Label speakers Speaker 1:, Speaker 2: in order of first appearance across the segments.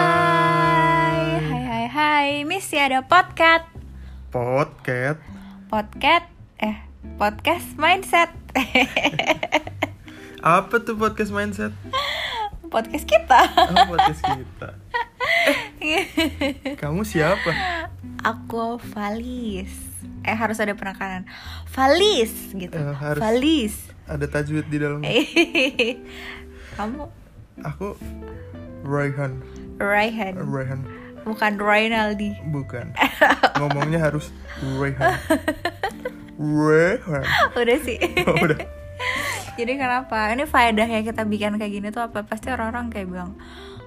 Speaker 1: Hai, hai, hai, hai, Miss ya ada podcast,
Speaker 2: Podcast.
Speaker 1: podcast, eh, podcast mindset,
Speaker 2: Apa tuh podcast mindset?
Speaker 1: podcast kita.
Speaker 2: Oh, podcast kita. Eh, kamu siapa?
Speaker 1: Aku Valis, eh harus ada penekanan, Valis gitu,
Speaker 2: Eh, harus.
Speaker 1: Valis.
Speaker 2: Ada tajwid di dalamnya.
Speaker 1: Kamu
Speaker 2: Aku Rayhan.
Speaker 1: Rayhan,
Speaker 2: Rayhan.
Speaker 1: bukan Rinaldi.
Speaker 2: Bukan. Ngomongnya harus Rayhan. Rayhan.
Speaker 1: Udah sih.
Speaker 2: Oh, udah.
Speaker 1: Jadi kenapa? Ini faedahnya kita bikin kayak gini tuh apa? Pasti orang-orang kayak bilang,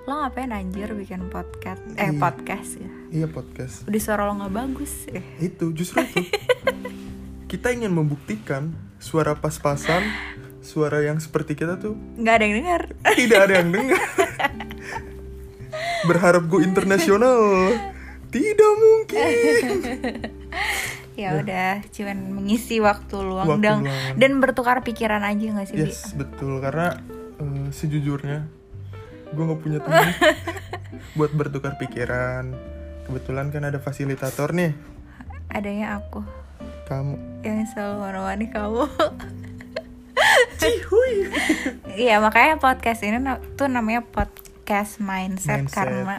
Speaker 1: lo ngapain anjir bikin podcast? Eh
Speaker 2: Iya.
Speaker 1: podcast ya.
Speaker 2: Iya podcast.
Speaker 1: Udah suara lo nggak bagus. Eh.
Speaker 2: Itu justru itu. Kita ingin membuktikan suara pas-pasan, suara yang seperti kita tuh
Speaker 1: Nggak ada yang denger.
Speaker 2: tidak ada yang dengar. Berharap gue internasional. Tidak mungkin.
Speaker 1: ya udah, cuman mengisi waktu luang
Speaker 2: Waktu
Speaker 1: dan
Speaker 2: luang.
Speaker 1: dan bertukar pikiran aja nggak sih? Bi?
Speaker 2: Yes, betul karena eh, sejujurnya gue nggak punya teman buat bertukar pikiran. Kebetulan kan ada fasilitator nih,
Speaker 1: Adanya aku
Speaker 2: kamu.
Speaker 1: yang selalu menemani kamu.
Speaker 2: Cihuy.
Speaker 1: Iya makanya podcast ini na- tuh namanya podcast mindset,
Speaker 2: Mindset.
Speaker 1: karena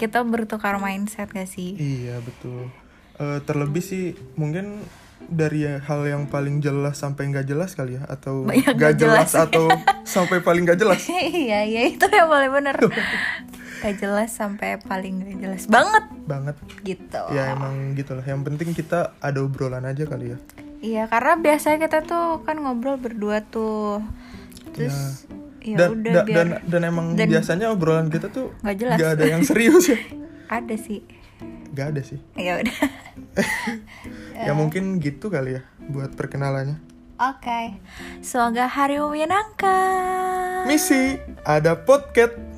Speaker 1: kita bertukar mindset gak sih?
Speaker 2: Iya betul. Eh, terlebih sih mungkin dari hal yang paling jelas sampai nggak jelas kali ya atau
Speaker 1: Banyak
Speaker 2: nggak
Speaker 1: nggak jelas.
Speaker 2: jelas atau sampai paling nggak jelas.
Speaker 1: iya iya itu yang paling bener.
Speaker 2: Iya.
Speaker 1: gak jelas sampai paling gak jelas banget
Speaker 2: banget
Speaker 1: gitu.
Speaker 2: ya emang gitulah yang penting kita ada obrolan aja kali ya
Speaker 1: Iya karena biasanya kita tuh kan ngobrol berdua tuh, terus ya
Speaker 2: Iya. dan
Speaker 1: udah
Speaker 2: da-
Speaker 1: biar
Speaker 2: dan dan emang
Speaker 1: dan-
Speaker 2: biasanya obrolan kita tuh
Speaker 1: Nggak jelas.
Speaker 2: nggak ada yang serius ya
Speaker 1: ada sih.
Speaker 2: nggak ada sih
Speaker 1: Ya udah.
Speaker 2: ya mungkin gitu kali ya buat perkenalannya
Speaker 1: Oke. Semoga hari menyenangkan.
Speaker 2: misi ada podcast